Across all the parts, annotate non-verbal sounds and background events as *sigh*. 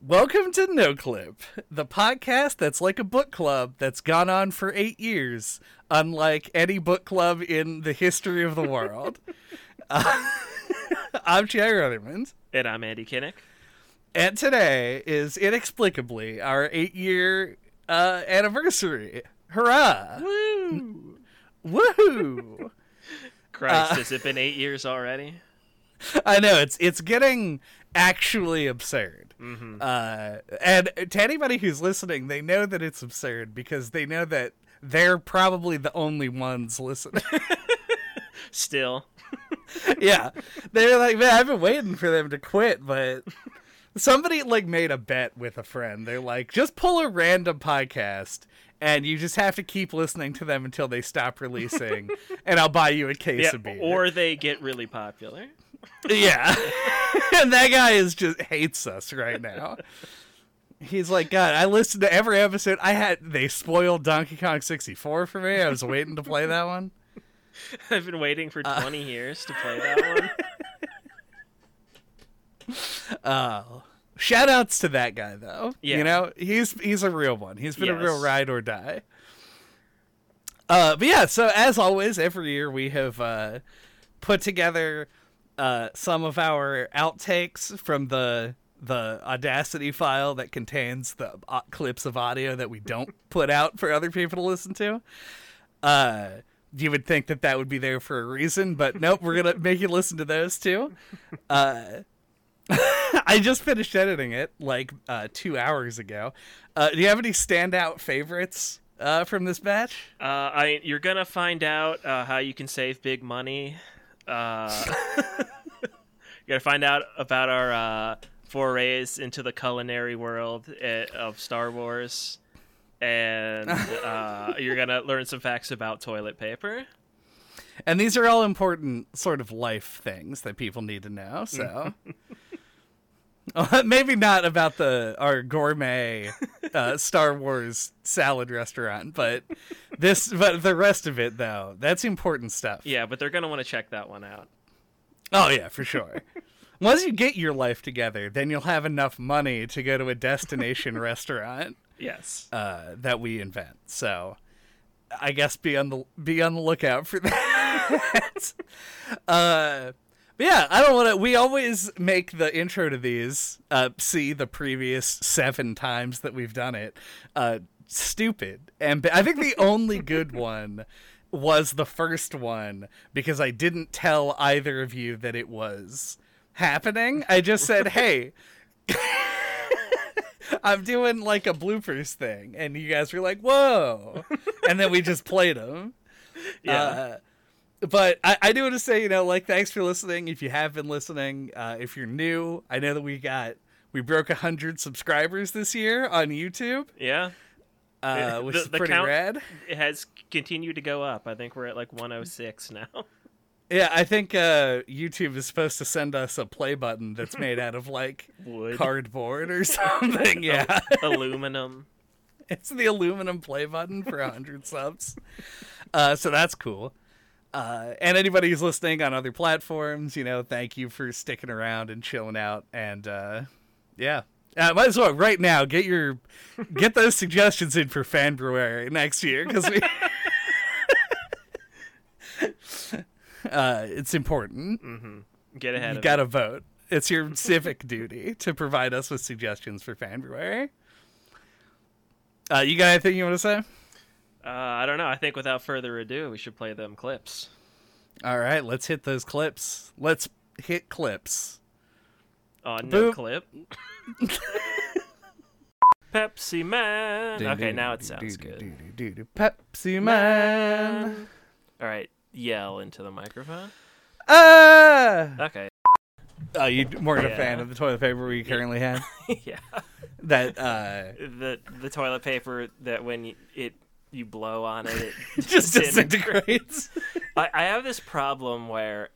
Welcome to No Clip, the podcast that's like a book club that's gone on for eight years, unlike any book club in the history of the world. *laughs* Uh, I'm Chad Rutherman, And I'm Andy Kinnick. and today is inexplicably our eight year uh, anniversary. Hurrah! Woo! Woohoo! Christ, has it been eight years already? I know it's it's getting actually absurd. Mm-hmm. Uh, and to anybody who's listening, they know that it's absurd because they know that they're probably the only ones listening. *laughs* Still. yeah, they're like, man, I've been waiting for them to quit, but somebody like made a bet with a friend. They're like, just pull a random podcast. And you just have to keep listening to them until they stop *laughs* releasing, and I'll buy you a case Yeah, of beer. or they get really popular. *laughs* Yeah. *laughs* and that guy is just hates us right now. He's like, God, I listened to every episode. I had they spoiled Donkey Kong 64 for me. I was waiting to play that one. I've been waiting for 20 years to play that one. Shout outs to that guy though. Yeah. You know, he's he's a real one. He's been a real Yes. ride or die. Uh but yeah, so as always, every year we have uh put together uh some of our outtakes from the the audacity file that contains the o- clips of audio that we *laughs* don't put out for other people to listen to uh you would think that that would be there for a reason but nope we're gonna make you listen to those too uh i just finished editing it like uh two hours ago uh do you have any standout favorites uh from this batch Uh, I, you're going to find out uh, how you can save big money. Uh, you're going to find out about our uh, forays into the culinary world eh, of Star Wars. And uh, you're going to learn some facts about toilet paper. And these are all important sort of life things that people need to know. So Uh, *laughs* maybe not about the our gourmet uh, Star Wars salad restaurant, but this but the rest of it though, that's important stuff. Yeah, but they're going to want to check that one out. Oh yeah, for sure. Once you get your life together, then you'll have enough money to go to a destination restaurant Yes. uh, that we invent. So I guess be on the be on the lookout for *laughs* that. uh, but yeah, I don't want to. We always make the intro to these uh, see the previous seven times that we've done it. Uh, stupid, and ba- I think the only good one was the first one because I didn't tell either of you that it was happening. I just said, "Hey." I'm doing like a bloopers thing, and you guys were like, "Whoa!" and then we just played them. *laughs* Yeah. Uh, but I, I do want to say, you know, like, thanks for listening. If you have been listening, uh, if you're new, I know that we got we broke hundred subscribers this year on YouTube, yeah. uh, The- which is the pretty count- rad. It has continued to go up. I think we're at like 106 *laughs* now. Yeah, I think uh, YouTube is supposed to send us a play button that's made out of like *laughs* Wood, cardboard or *laughs* *laughs* something. Yeah. aluminum. It's the aluminum play button for 100 subs. Uh, so that's cool. Uh, and anybody who's listening on other platforms, you know, thank you for sticking around and chilling out. And uh, yeah, uh, might as well right now get your get those suggestions in for Fanbruary next year because we. *laughs* uh, it's important. Get ahead You of got to vote. It's *laughs* your civic duty to provide us with suggestions for February. Uh, you got anything you want to say? it. Uh, I don't know. I think without further ado, we should play them clips. All right, let's hit those clips. Let's hit clips. Oh, no Boop. clip. Pepsi Man. *laughs* Okay, now it sounds good. good. Pepsi Man. All right, yell into the microphone. Ah! Okay. *laughs* Oh, you weren't a Uh, Yeah. fan of the toilet paper we currently had? *laughs* yeah. That uh, The the toilet paper that when you, it you blow on it, it just *laughs* disintegrates. disintegrates. I, I have this problem where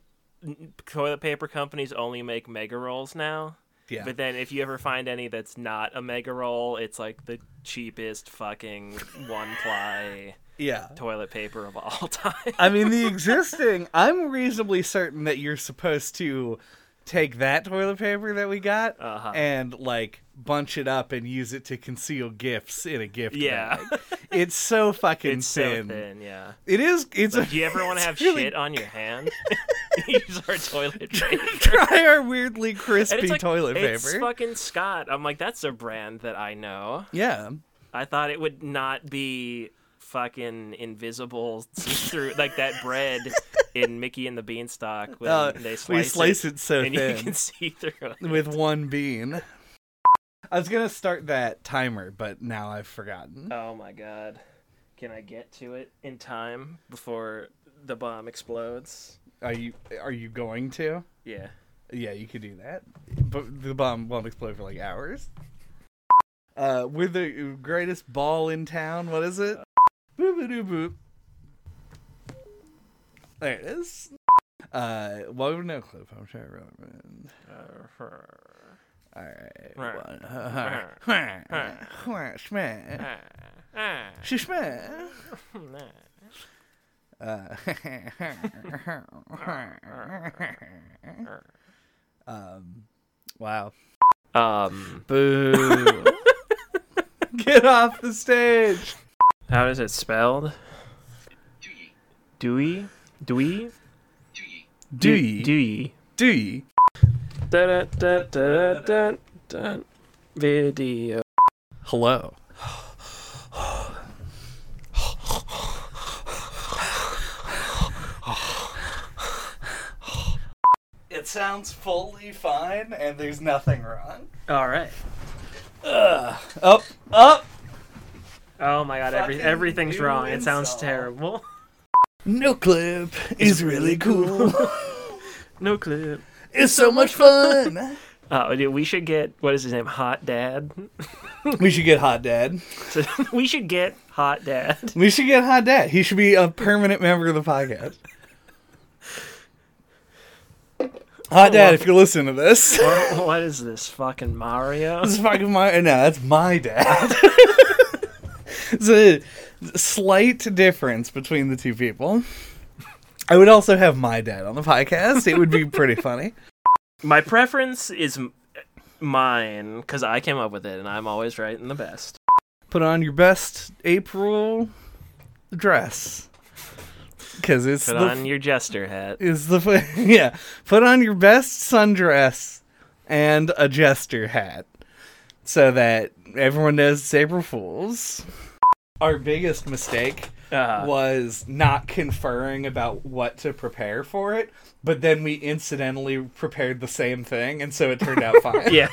n- toilet paper companies only make mega rolls now. Yeah. But then if you ever find any that's not a mega roll, it's like the cheapest fucking one ply yeah. toilet paper of all *laughs* time. I mean, the existing, I'm reasonably certain that you're supposed to take that toilet paper that we got Uh-huh. and like bunch it up and use it to conceal gifts in a gift Yeah. bag. *laughs* It's so fucking It's so thin. thin, yeah. It is. It's. *laughs* Do you ever want to it's have really- shit on *laughs* your hand? *laughs* Use our toilet paper. Try our weirdly And crispy it's like, toilet It's paper. fucking Scott. I'm like, that's a brand that I know. yeah. I thought it would not be fucking invisible *laughs* through like that bread in Mickey and the Beanstalk when Uh, they slice, we slice it, so and thin you can see through *laughs* it. with one bean. I was gonna start that timer, but now I've forgotten. Oh my god. Can I get to it in time before the bomb explodes? Are you Are you going to? Yeah. Yeah, you could do that. But the bomb won't explode for like hours. Uh, we're the greatest ball in town. What is it? Boop boop boop. There it is. Uh, well, no clip. I'm trying to remember. All right. Smash. Smash. Uh, um, wow. Um Boo. *laughs* Get off the stage. how is it spelled? Dewey? Dewey? Do ye? Dewey. Do ye? Dun, dun, dun, dun, dun. Video. Hello. It sounds fully fine, and there's nothing wrong. All right. Ugh. Up, up. Oh my god, every, Fucking everything's new wrong. It sounds insult. terrible. No clip is really cool. No clip. *laughs* it's so much fun. Oh, dude, we should get what is his name? Hot Dad. *laughs* We should get Hot Dad. So, we should get Hot Dad. We should get Hot Dad. He should be a permanent member of the podcast. Hot Dad, if you listen to this. *laughs* What- what is this fucking Mario? That's fucking my. No, that's my dad. *laughs* It's a slight difference between the two people. I would also have my dad on the podcast. It would be *laughs* pretty funny. My preference is m- mine because I came up with it, and I'm always right and the best. Put on your best April dress because it's Put the on your jester hat. is the f- *laughs* yeah. Put on your best sundress and a jester hat so that everyone knows it's April Fools. Our biggest mistake Uh, was not conferring about what to prepare for it, but then we incidentally prepared the same thing, and so it turned *laughs* out fine. yeah.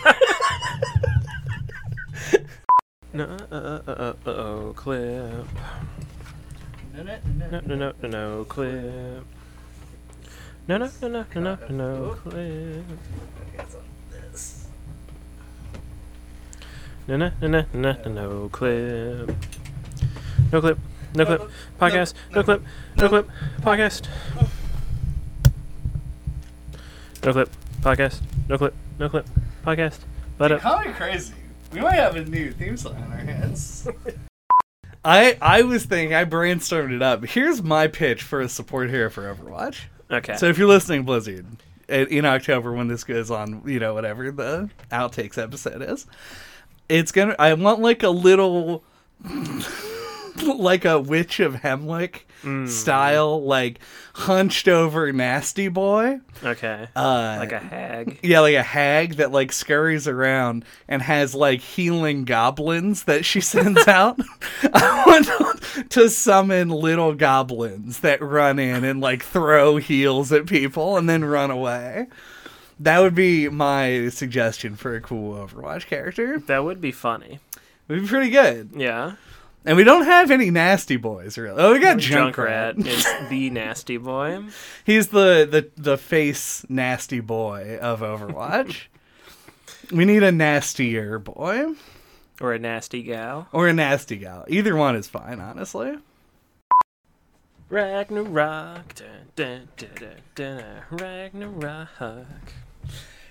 no, uh, uh, uh, uh, oh, clip. No, no, no, no, no, clip. No, no, no, no, no, no, no, clip. No, no, no, no, no, no, no, clip. No clip. Oh, No clip. Podcast. No clip. No clip. Podcast. No clip. Podcast. No clip. No clip. Podcast. Let up. Call me crazy. We might have a new theme song on our hands. I I was thinking I brainstormed it up. Here's my pitch for a support hero for Overwatch. Okay. So if you're listening, Blizzard, in in October when this goes on, you know whatever the outtakes episode is, it's gonna. I want like a little, *laughs* like a witch of Hemlock style, like hunched over nasty boy. Okay. Uh, Like a hag. yeah, like a hag that like scurries around and has like healing goblins that she *laughs* sends out. I want to summon little goblins that run in and like throw heals at people and then run away. That would be my suggestion for a cool Overwatch character. It That would be funny. would be pretty good. Yeah. And we don't have any nasty boys really. Oh, we got Junkrat. Junkrat is the nasty boy. He's the, the the face nasty boy of Overwatch. we need a nastier boy. Or a nasty gal. or a nasty gal. Either one is fine, honestly. Ragnarok. Dun, dun, dun, dun, dun, Ragnarok.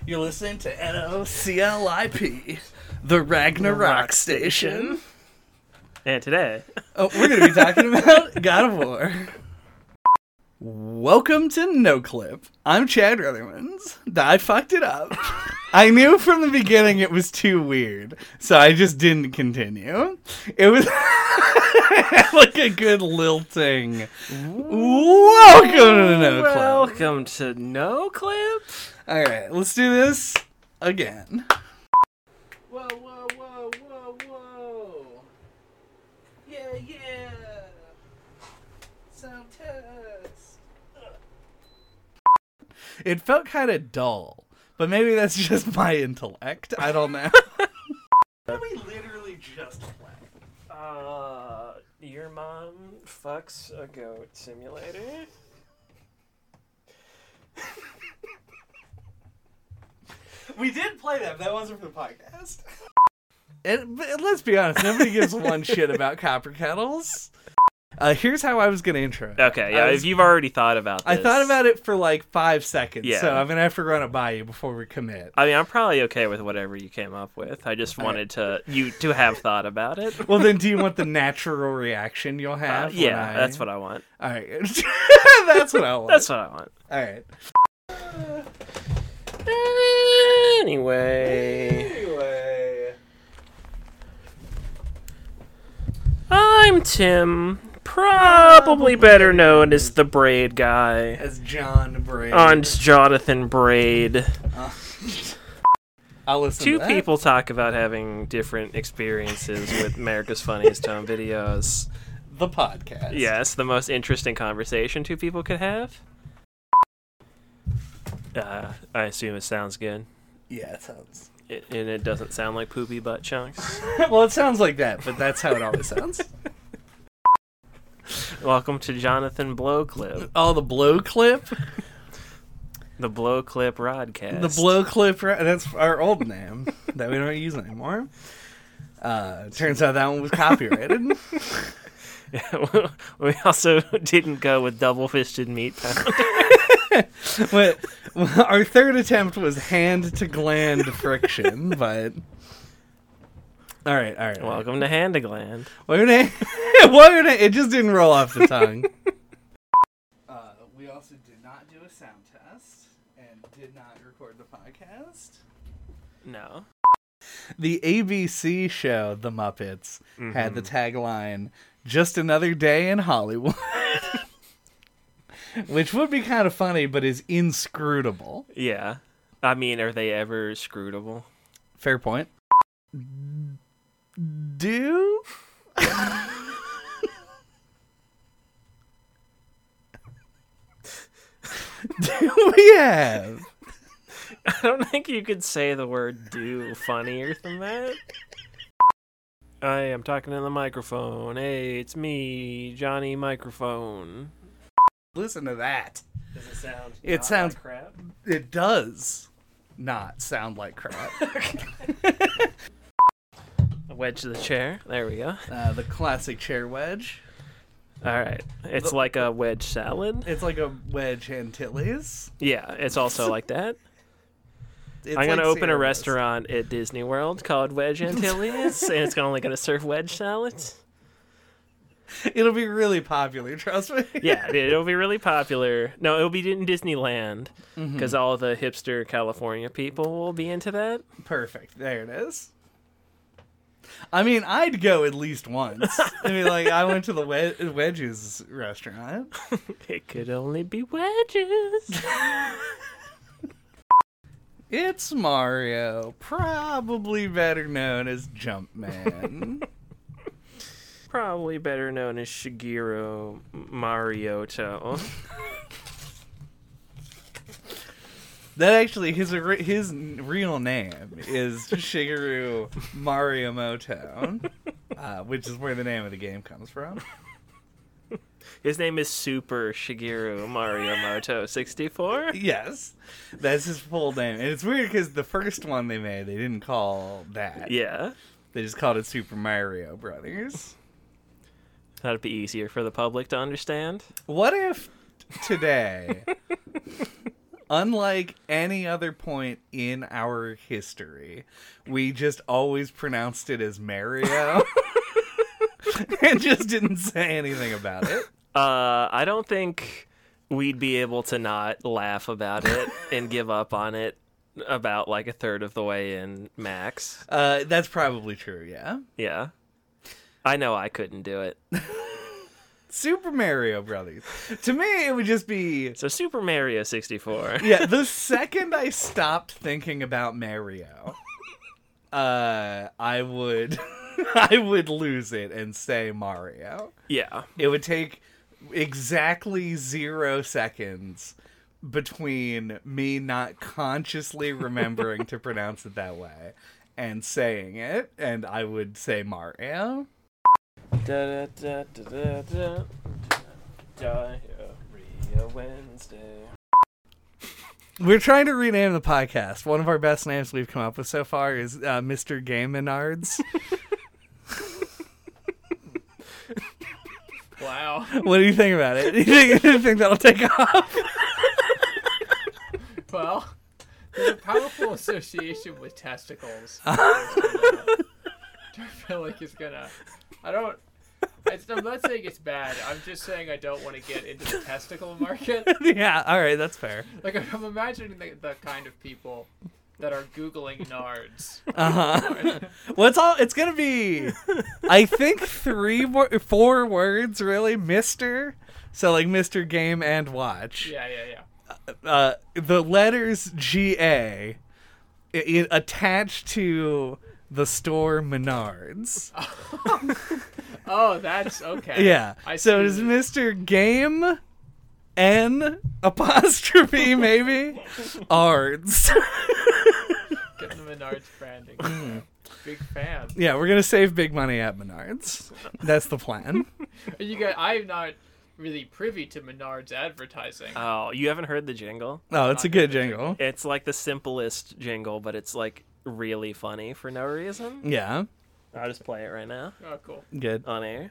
You're listening to NOCLIP, the Ragnarok Station. And today, Oh, we're going to be talking *laughs* about God of War. *laughs* Welcome to No Clip. I'm Chad Ruthermans. I fucked it up. I knew from the beginning it was too weird, so I just didn't continue. It was *laughs* like a good lilting. Welcome to No Club. Welcome to No Clip. All right, let's do this again. Whoa, whoa, whoa, whoa, whoa. Yeah, yeah. Sound test. It felt kind of dull, but maybe that's *laughs* just my intellect. I *laughs* don't know. we literally just play? Uh, your mom fucks a goat simulator. we did play that, but that wasn't for the podcast. And, but let's be honest, nobody gives one shit about copper kettles. Uh, here's how I was gonna intro. it. Okay, yeah. I was- If you've already thought about I this, thought about it for like five seconds, Yeah. so I'm gonna have to run it by you before we commit. I mean, I'm probably okay with whatever you came up with. I just wanted to you to have thought about it. Well, then, do you want the natural reaction you'll have? Uh, yeah, that's what I want. I. All right, *laughs* that's what I want. That's what I want. All right. Anyway, Anyway, I'm Tim, probably better known as the Braid Guy. as John Braid. On Jonathan Braid. *laughs* I'll listen. Two to that. people talk about having different experiences with America's Funniest Home Videos. The podcast. Yes, the most interesting conversation two people could have. Uh, I assume it sounds good. Yeah, it sounds. It, and it doesn't sound like poopy butt chunks. *laughs* well, it sounds like that, but that's how it always sounds. Welcome to Jonathan Blow Clip, Oh, the blow clip. the Blow Clip Rodcast. The blow clip. Right? That's our old name that we don't use anymore. Uh, turns out that one was copyrighted. *laughs* we also didn't go with double fisted meat pound. *laughs* but our third attempt was hand to gland friction. But all right, all right. all right. Welcome to Handagland. Why would I- why would I- It *laughs* just didn't roll off the tongue. *laughs* uh, we also did not do a sound test and did not record the podcast. No. The ABC show, The Muppets, had the tagline "Just another day in Hollywood." *laughs* Which would be kind of funny, but is inscrutable. Yeah. I mean, are they ever scrutable? Fair point. Do? *laughs* Do we have? *laughs* I don't think you could say the word do funnier than that. I am talking in the microphone. Hey, it's me, Johnny Microphone. Listen to that. Does it sound? It not sounds- like crap. It does not sound like crap. Wedge the chair. There we go. uh, the classic chair wedge. All right. It's like a wedge salad. It's like a wedge Antilles. Yeah, it's also like that. It's I'm gonna like open a Sierra Mist. restaurant at Disney World called *laughs* Wedge Antilles, and it's only gonna serve wedge salads. It'll be really popular. Trust me. *laughs* yeah, it'll be really popular. No, it'll be in Disneyland because all the hipster California people will be into that. *laughs* Perfect. There it is. I mean, I'd go at least *laughs* once. I mean, like I went to the Wed- Wedges restaurant. *laughs* *laughs* It could only be wedges. It's Mario, probably better known as Jumpman. *laughs* Probably better known as Shigeru *laughs* Marioto. that actually his ori- his n- real name is Shigeru Mariomoto, uh, which is where the name of the game comes from. His name is Super Shigeru Mariomoto *laughs* 64. Yes, that's his full name, and it's weird because the first one they made, they didn't call that. Yeah, They just called it Super Mario Brothers. that'd be easier for the public to understand. What if today, unlike any other point in our history, we just always pronounced it as Mario and just didn't say anything about it? Uh, *laughs* I don't think we'd be able to not laugh about it and give up on it about like a third of the way in max. Uh, that's probably true. Yeah. Yeah. I know I couldn't do it. Super Mario Brothers. To me, it would just be So Super *laughs* Mario 64. yeah. The second I stopped thinking about Mario, uh, I would, *laughs* I would lose it and say Mario. yeah. It would take exactly zero seconds between me not consciously remembering *laughs* to pronounce it that way and saying it, and I would say Mario. Da da da da da da. Diarrhea Wednesday. We're trying to rename the podcast. One of our best names we've come up with so far is uh, Mr. Game *laughs* Menards. Wow. what do you think about it? You think, you think that'll take *laughs* off? Well, there's a powerful association with *laughs* testicles. I feel like it's gonna. I don't. It's, I'm not saying it's bad. I'm just saying I don't want to get into the testicle market. yeah, all right, that's fair. Like I'm imagining the, the kind of people that are googling nards. Uh huh. *laughs* well, it's all. It's gonna be, I think, three, wor- four words really. Mister, so like Mister Game and Watch. Yeah, yeah, yeah. Uh, the letters G A, i i- attached to the store Menards. Oh, that's okay. Yeah. I so see. it is Mr. Game N apostrophe *laughs* maybe Ards. *laughs* Getting the Menards branding. Mm-hmm. Big fan. yeah, we're gonna save big money at Menards. That's the plan. And You guys, I'm not really privy to Menards advertising. Uh, Oh, you haven't heard the jingle? Oh, it's a good jingle. It's like the simplest jingle, but it's like really funny for no reason. Yeah, I'll just play it right now oh, cool. good. on air.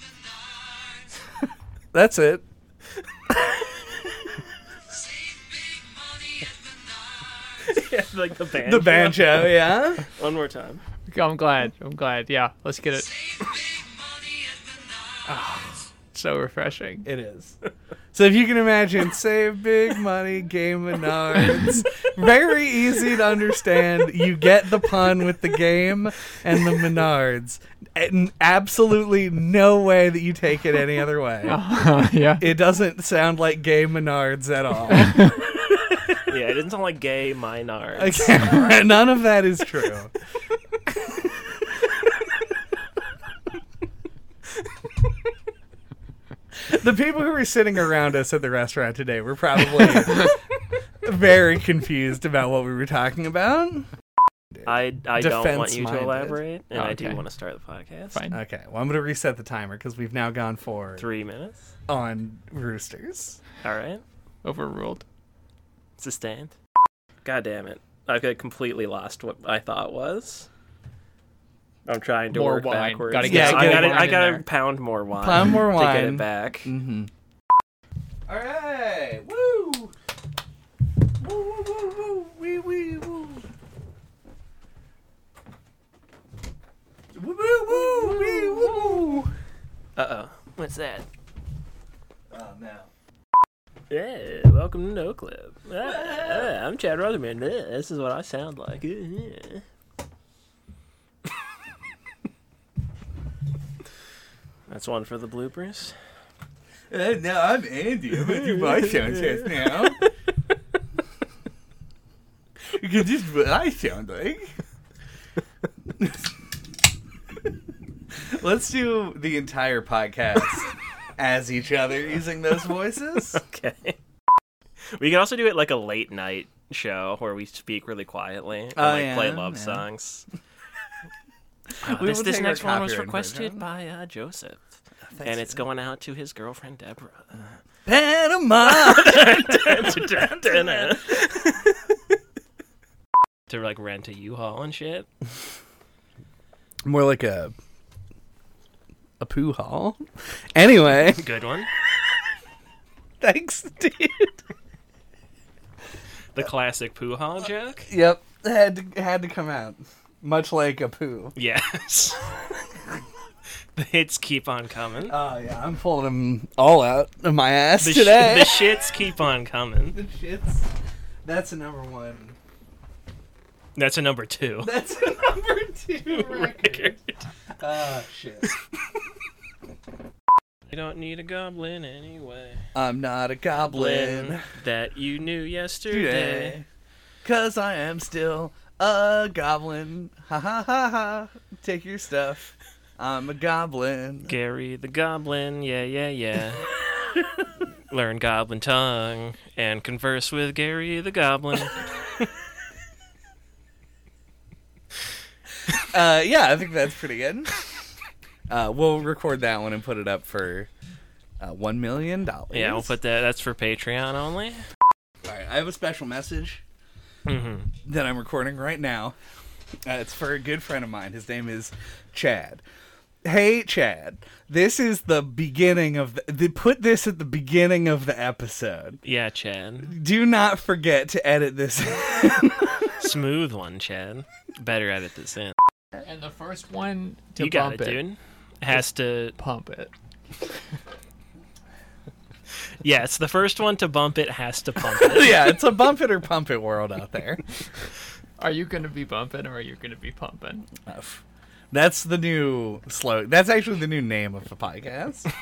*laughs* That's it. yeah, like *laughs* the band. The banjo. Yeah. One more time. I'm glad. I'm glad. Yeah, let's get it. so *laughs* refreshing. *laughs* It is. So if you can imagine, save big money, game Menards. Very easy to understand. You get the pun with the game and the Menards. And absolutely no way that you take it any other way. yeah. It doesn't sound like gay Menards at all. Yeah, it doesn't sound like *laughs* gay minards. Okay. None of that is true. the people who were sitting around us at the restaurant today were probably very confused about what we were talking about. I, I don't want you to Defense-minded. elaborate, and Oh, I do okay. want to start the podcast. *laughs* *laughs* Fine. Okay, well, I'm going to reset the timer because we've now gone forward Three minutes. on roosters. All right. Overruled. Sustained. God damn it. I've got completely lost what I thought was. I'm trying to More work wine. backwards. Gotta get some I gotta, wine I in gotta there. pound more wine. Pound more To get wine. it back. Mm. Mm-hmm. All right, woo! Woo, woo, woo, woo, wee, wee, woo. Woo, woo, woo, wee, woo. Uh oh. What's that? Oh, no. Yeah, welcome to No Clip. Ah, ah, I'm Chad Rutherman. Ah, This is what I sound like. *laughs* Ah, yeah. That's one for the bloopers. Uh, no, I'm Andy. I'm gonna do my sound test now. Because this is what I sound like. Let's do the entire podcast as each other using those voices. Okay. We can also do it like a late night show where we speak really quietly and Oh, like play yeah, love yeah. songs. Uh, *laughs* We this will this take our next one was copyright requested infringement. by uh, Joseph, and it's going out to his girlfriend Deborah. Panama. *laughs* to like rent a U-Haul and shit. More like a a poo hall. Anyway, *laughs* Good one. thanks, dude. The classic poo haul Uh, *laughs* joke. Yep, had to, had to come out. Much like a poo. Yes. *laughs* the hits keep on coming. Oh yeah, I'm pulling them all out of my ass The, sh- today. the shits keep on coming. the shits That's a number one. That's a number two. *laughs* That's a *laughs* number two Record. Ah, shit. You don't need a goblin anyway. I'm not a goblin Goblin that you knew yesterday. today, cause I am still a goblin. Ha ha ha ha. Take your stuff. I'm a goblin. Gary the Goblin, yeah, yeah, yeah. *laughs* Learn Goblin Tongue and converse with Gary the Goblin. *laughs* Uh, yeah, I think that's pretty good. Uh, we'll record that one and put it up for uh, one million dollars. yeah, we'll put that. That's for Patreon only. All right, I have a special message hmm that I'm recording right now. Uh, it's for a good friend of mine. His name is Chad. Hey, Chad. This is the beginning of the. They put this at the beginning of the episode. Yeah, Chad. Do not forget to edit this. *laughs* Smooth one, Chad. Better edit this in. And the first one to You got pump it, dude. Has to. Pump it. Yes, the first one to bump it has to pump it. *laughs* yeah, it's a bump it or pump it world out there. Are you gonna be bumping or are you gonna be pumping? Uh, That's the new slow. That's actually the new name of the podcast.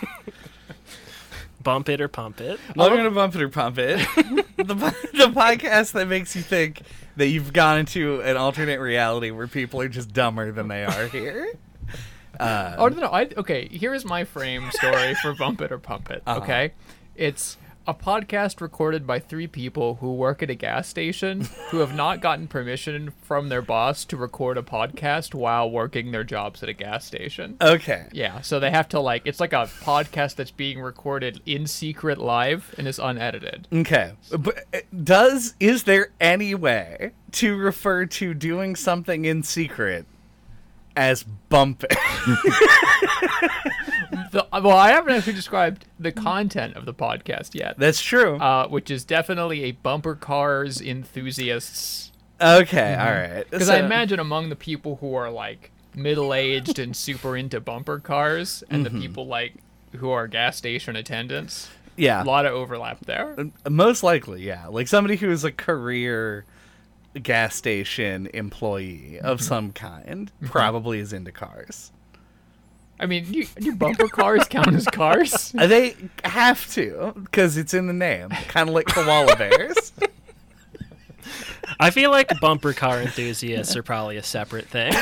Bump it or pump it. Welcome to Bump It or Pump It, *laughs* the, po- the podcast that makes you think that you've gone into an alternate reality where people are just dumber than they are here. Uh, Oh no, no, I okay. Here is my frame story for bump it or pump it. Uh-huh. Okay, it's a podcast recorded by three people who work at a gas station who have not gotten permission from their boss to record a podcast while working their jobs at a gas station. okay. Yeah, so they have to like it's like a podcast that's being recorded in secret live and is unedited. Okay. But uh, does is there any way to refer to doing something in secret as bumping? *laughs* The, well, I haven't actually described the content of the podcast yet, That's true. uh, which is definitely a bumper cars enthusiasts okay. All right. Because mm-hmm. I So- imagine among the people who are like middle aged and super into bumper cars, and Mm-hmm. the people like who are gas station attendants, Yeah. a lot of overlap there. um, Most likely, yeah. Like somebody who is a career gas station employee of Mm-hmm. some kind probably is into cars. I mean, you, do bumper cars count as *laughs* cars? Uh, They have to because it's in the name, kind of like koala *laughs* bears. I feel like bumper car enthusiasts are probably a separate thing,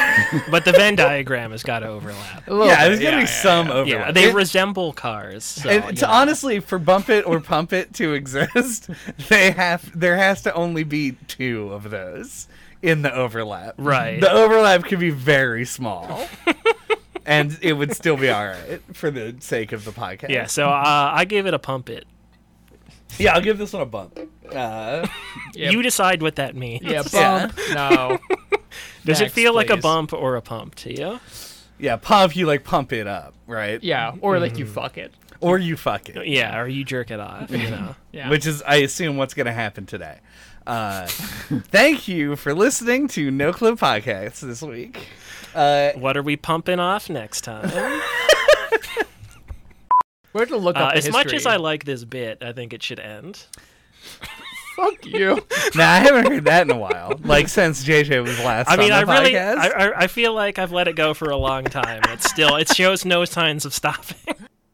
but the Venn diagram has got to overlap. A little yeah, bit, there's gonna be some overlap. Yeah, they It- resemble cars. So, and you to know. honestly, for bump it or pump it to exist, *laughs* they have there has to only be two of those in the overlap. Right. The overlap could be very small, and it would still be all right for the sake of the podcast. Yeah, so uh, I gave it a pump it. Yeah, I'll give this one a bump. Uh, Yeah, You decide what that means. yeah, bump. No, Does Next, it feel like a please. bump or a pump to you? *laughs* yeah, pump you like pump it up, right? yeah, or like Mm-hmm. you fuck it. Or you fuck it, Yeah, or you jerk it off, you know. Yeah. which is I assume what's gonna happen today. Uh, *laughs* thank you for listening to No Clip Podcast this week. Uh, What are we pumping off next *laughs* time? We're gonna look Uh, up the as much as *laughs* history. I like this bit, I think it should end. *laughs* fuck you. now I haven't heard that in a while, like since JJ was last. I mean, I on the really, podcast. I, I, I feel like I've let it go for a long time. It's still, it shows no signs of stopping.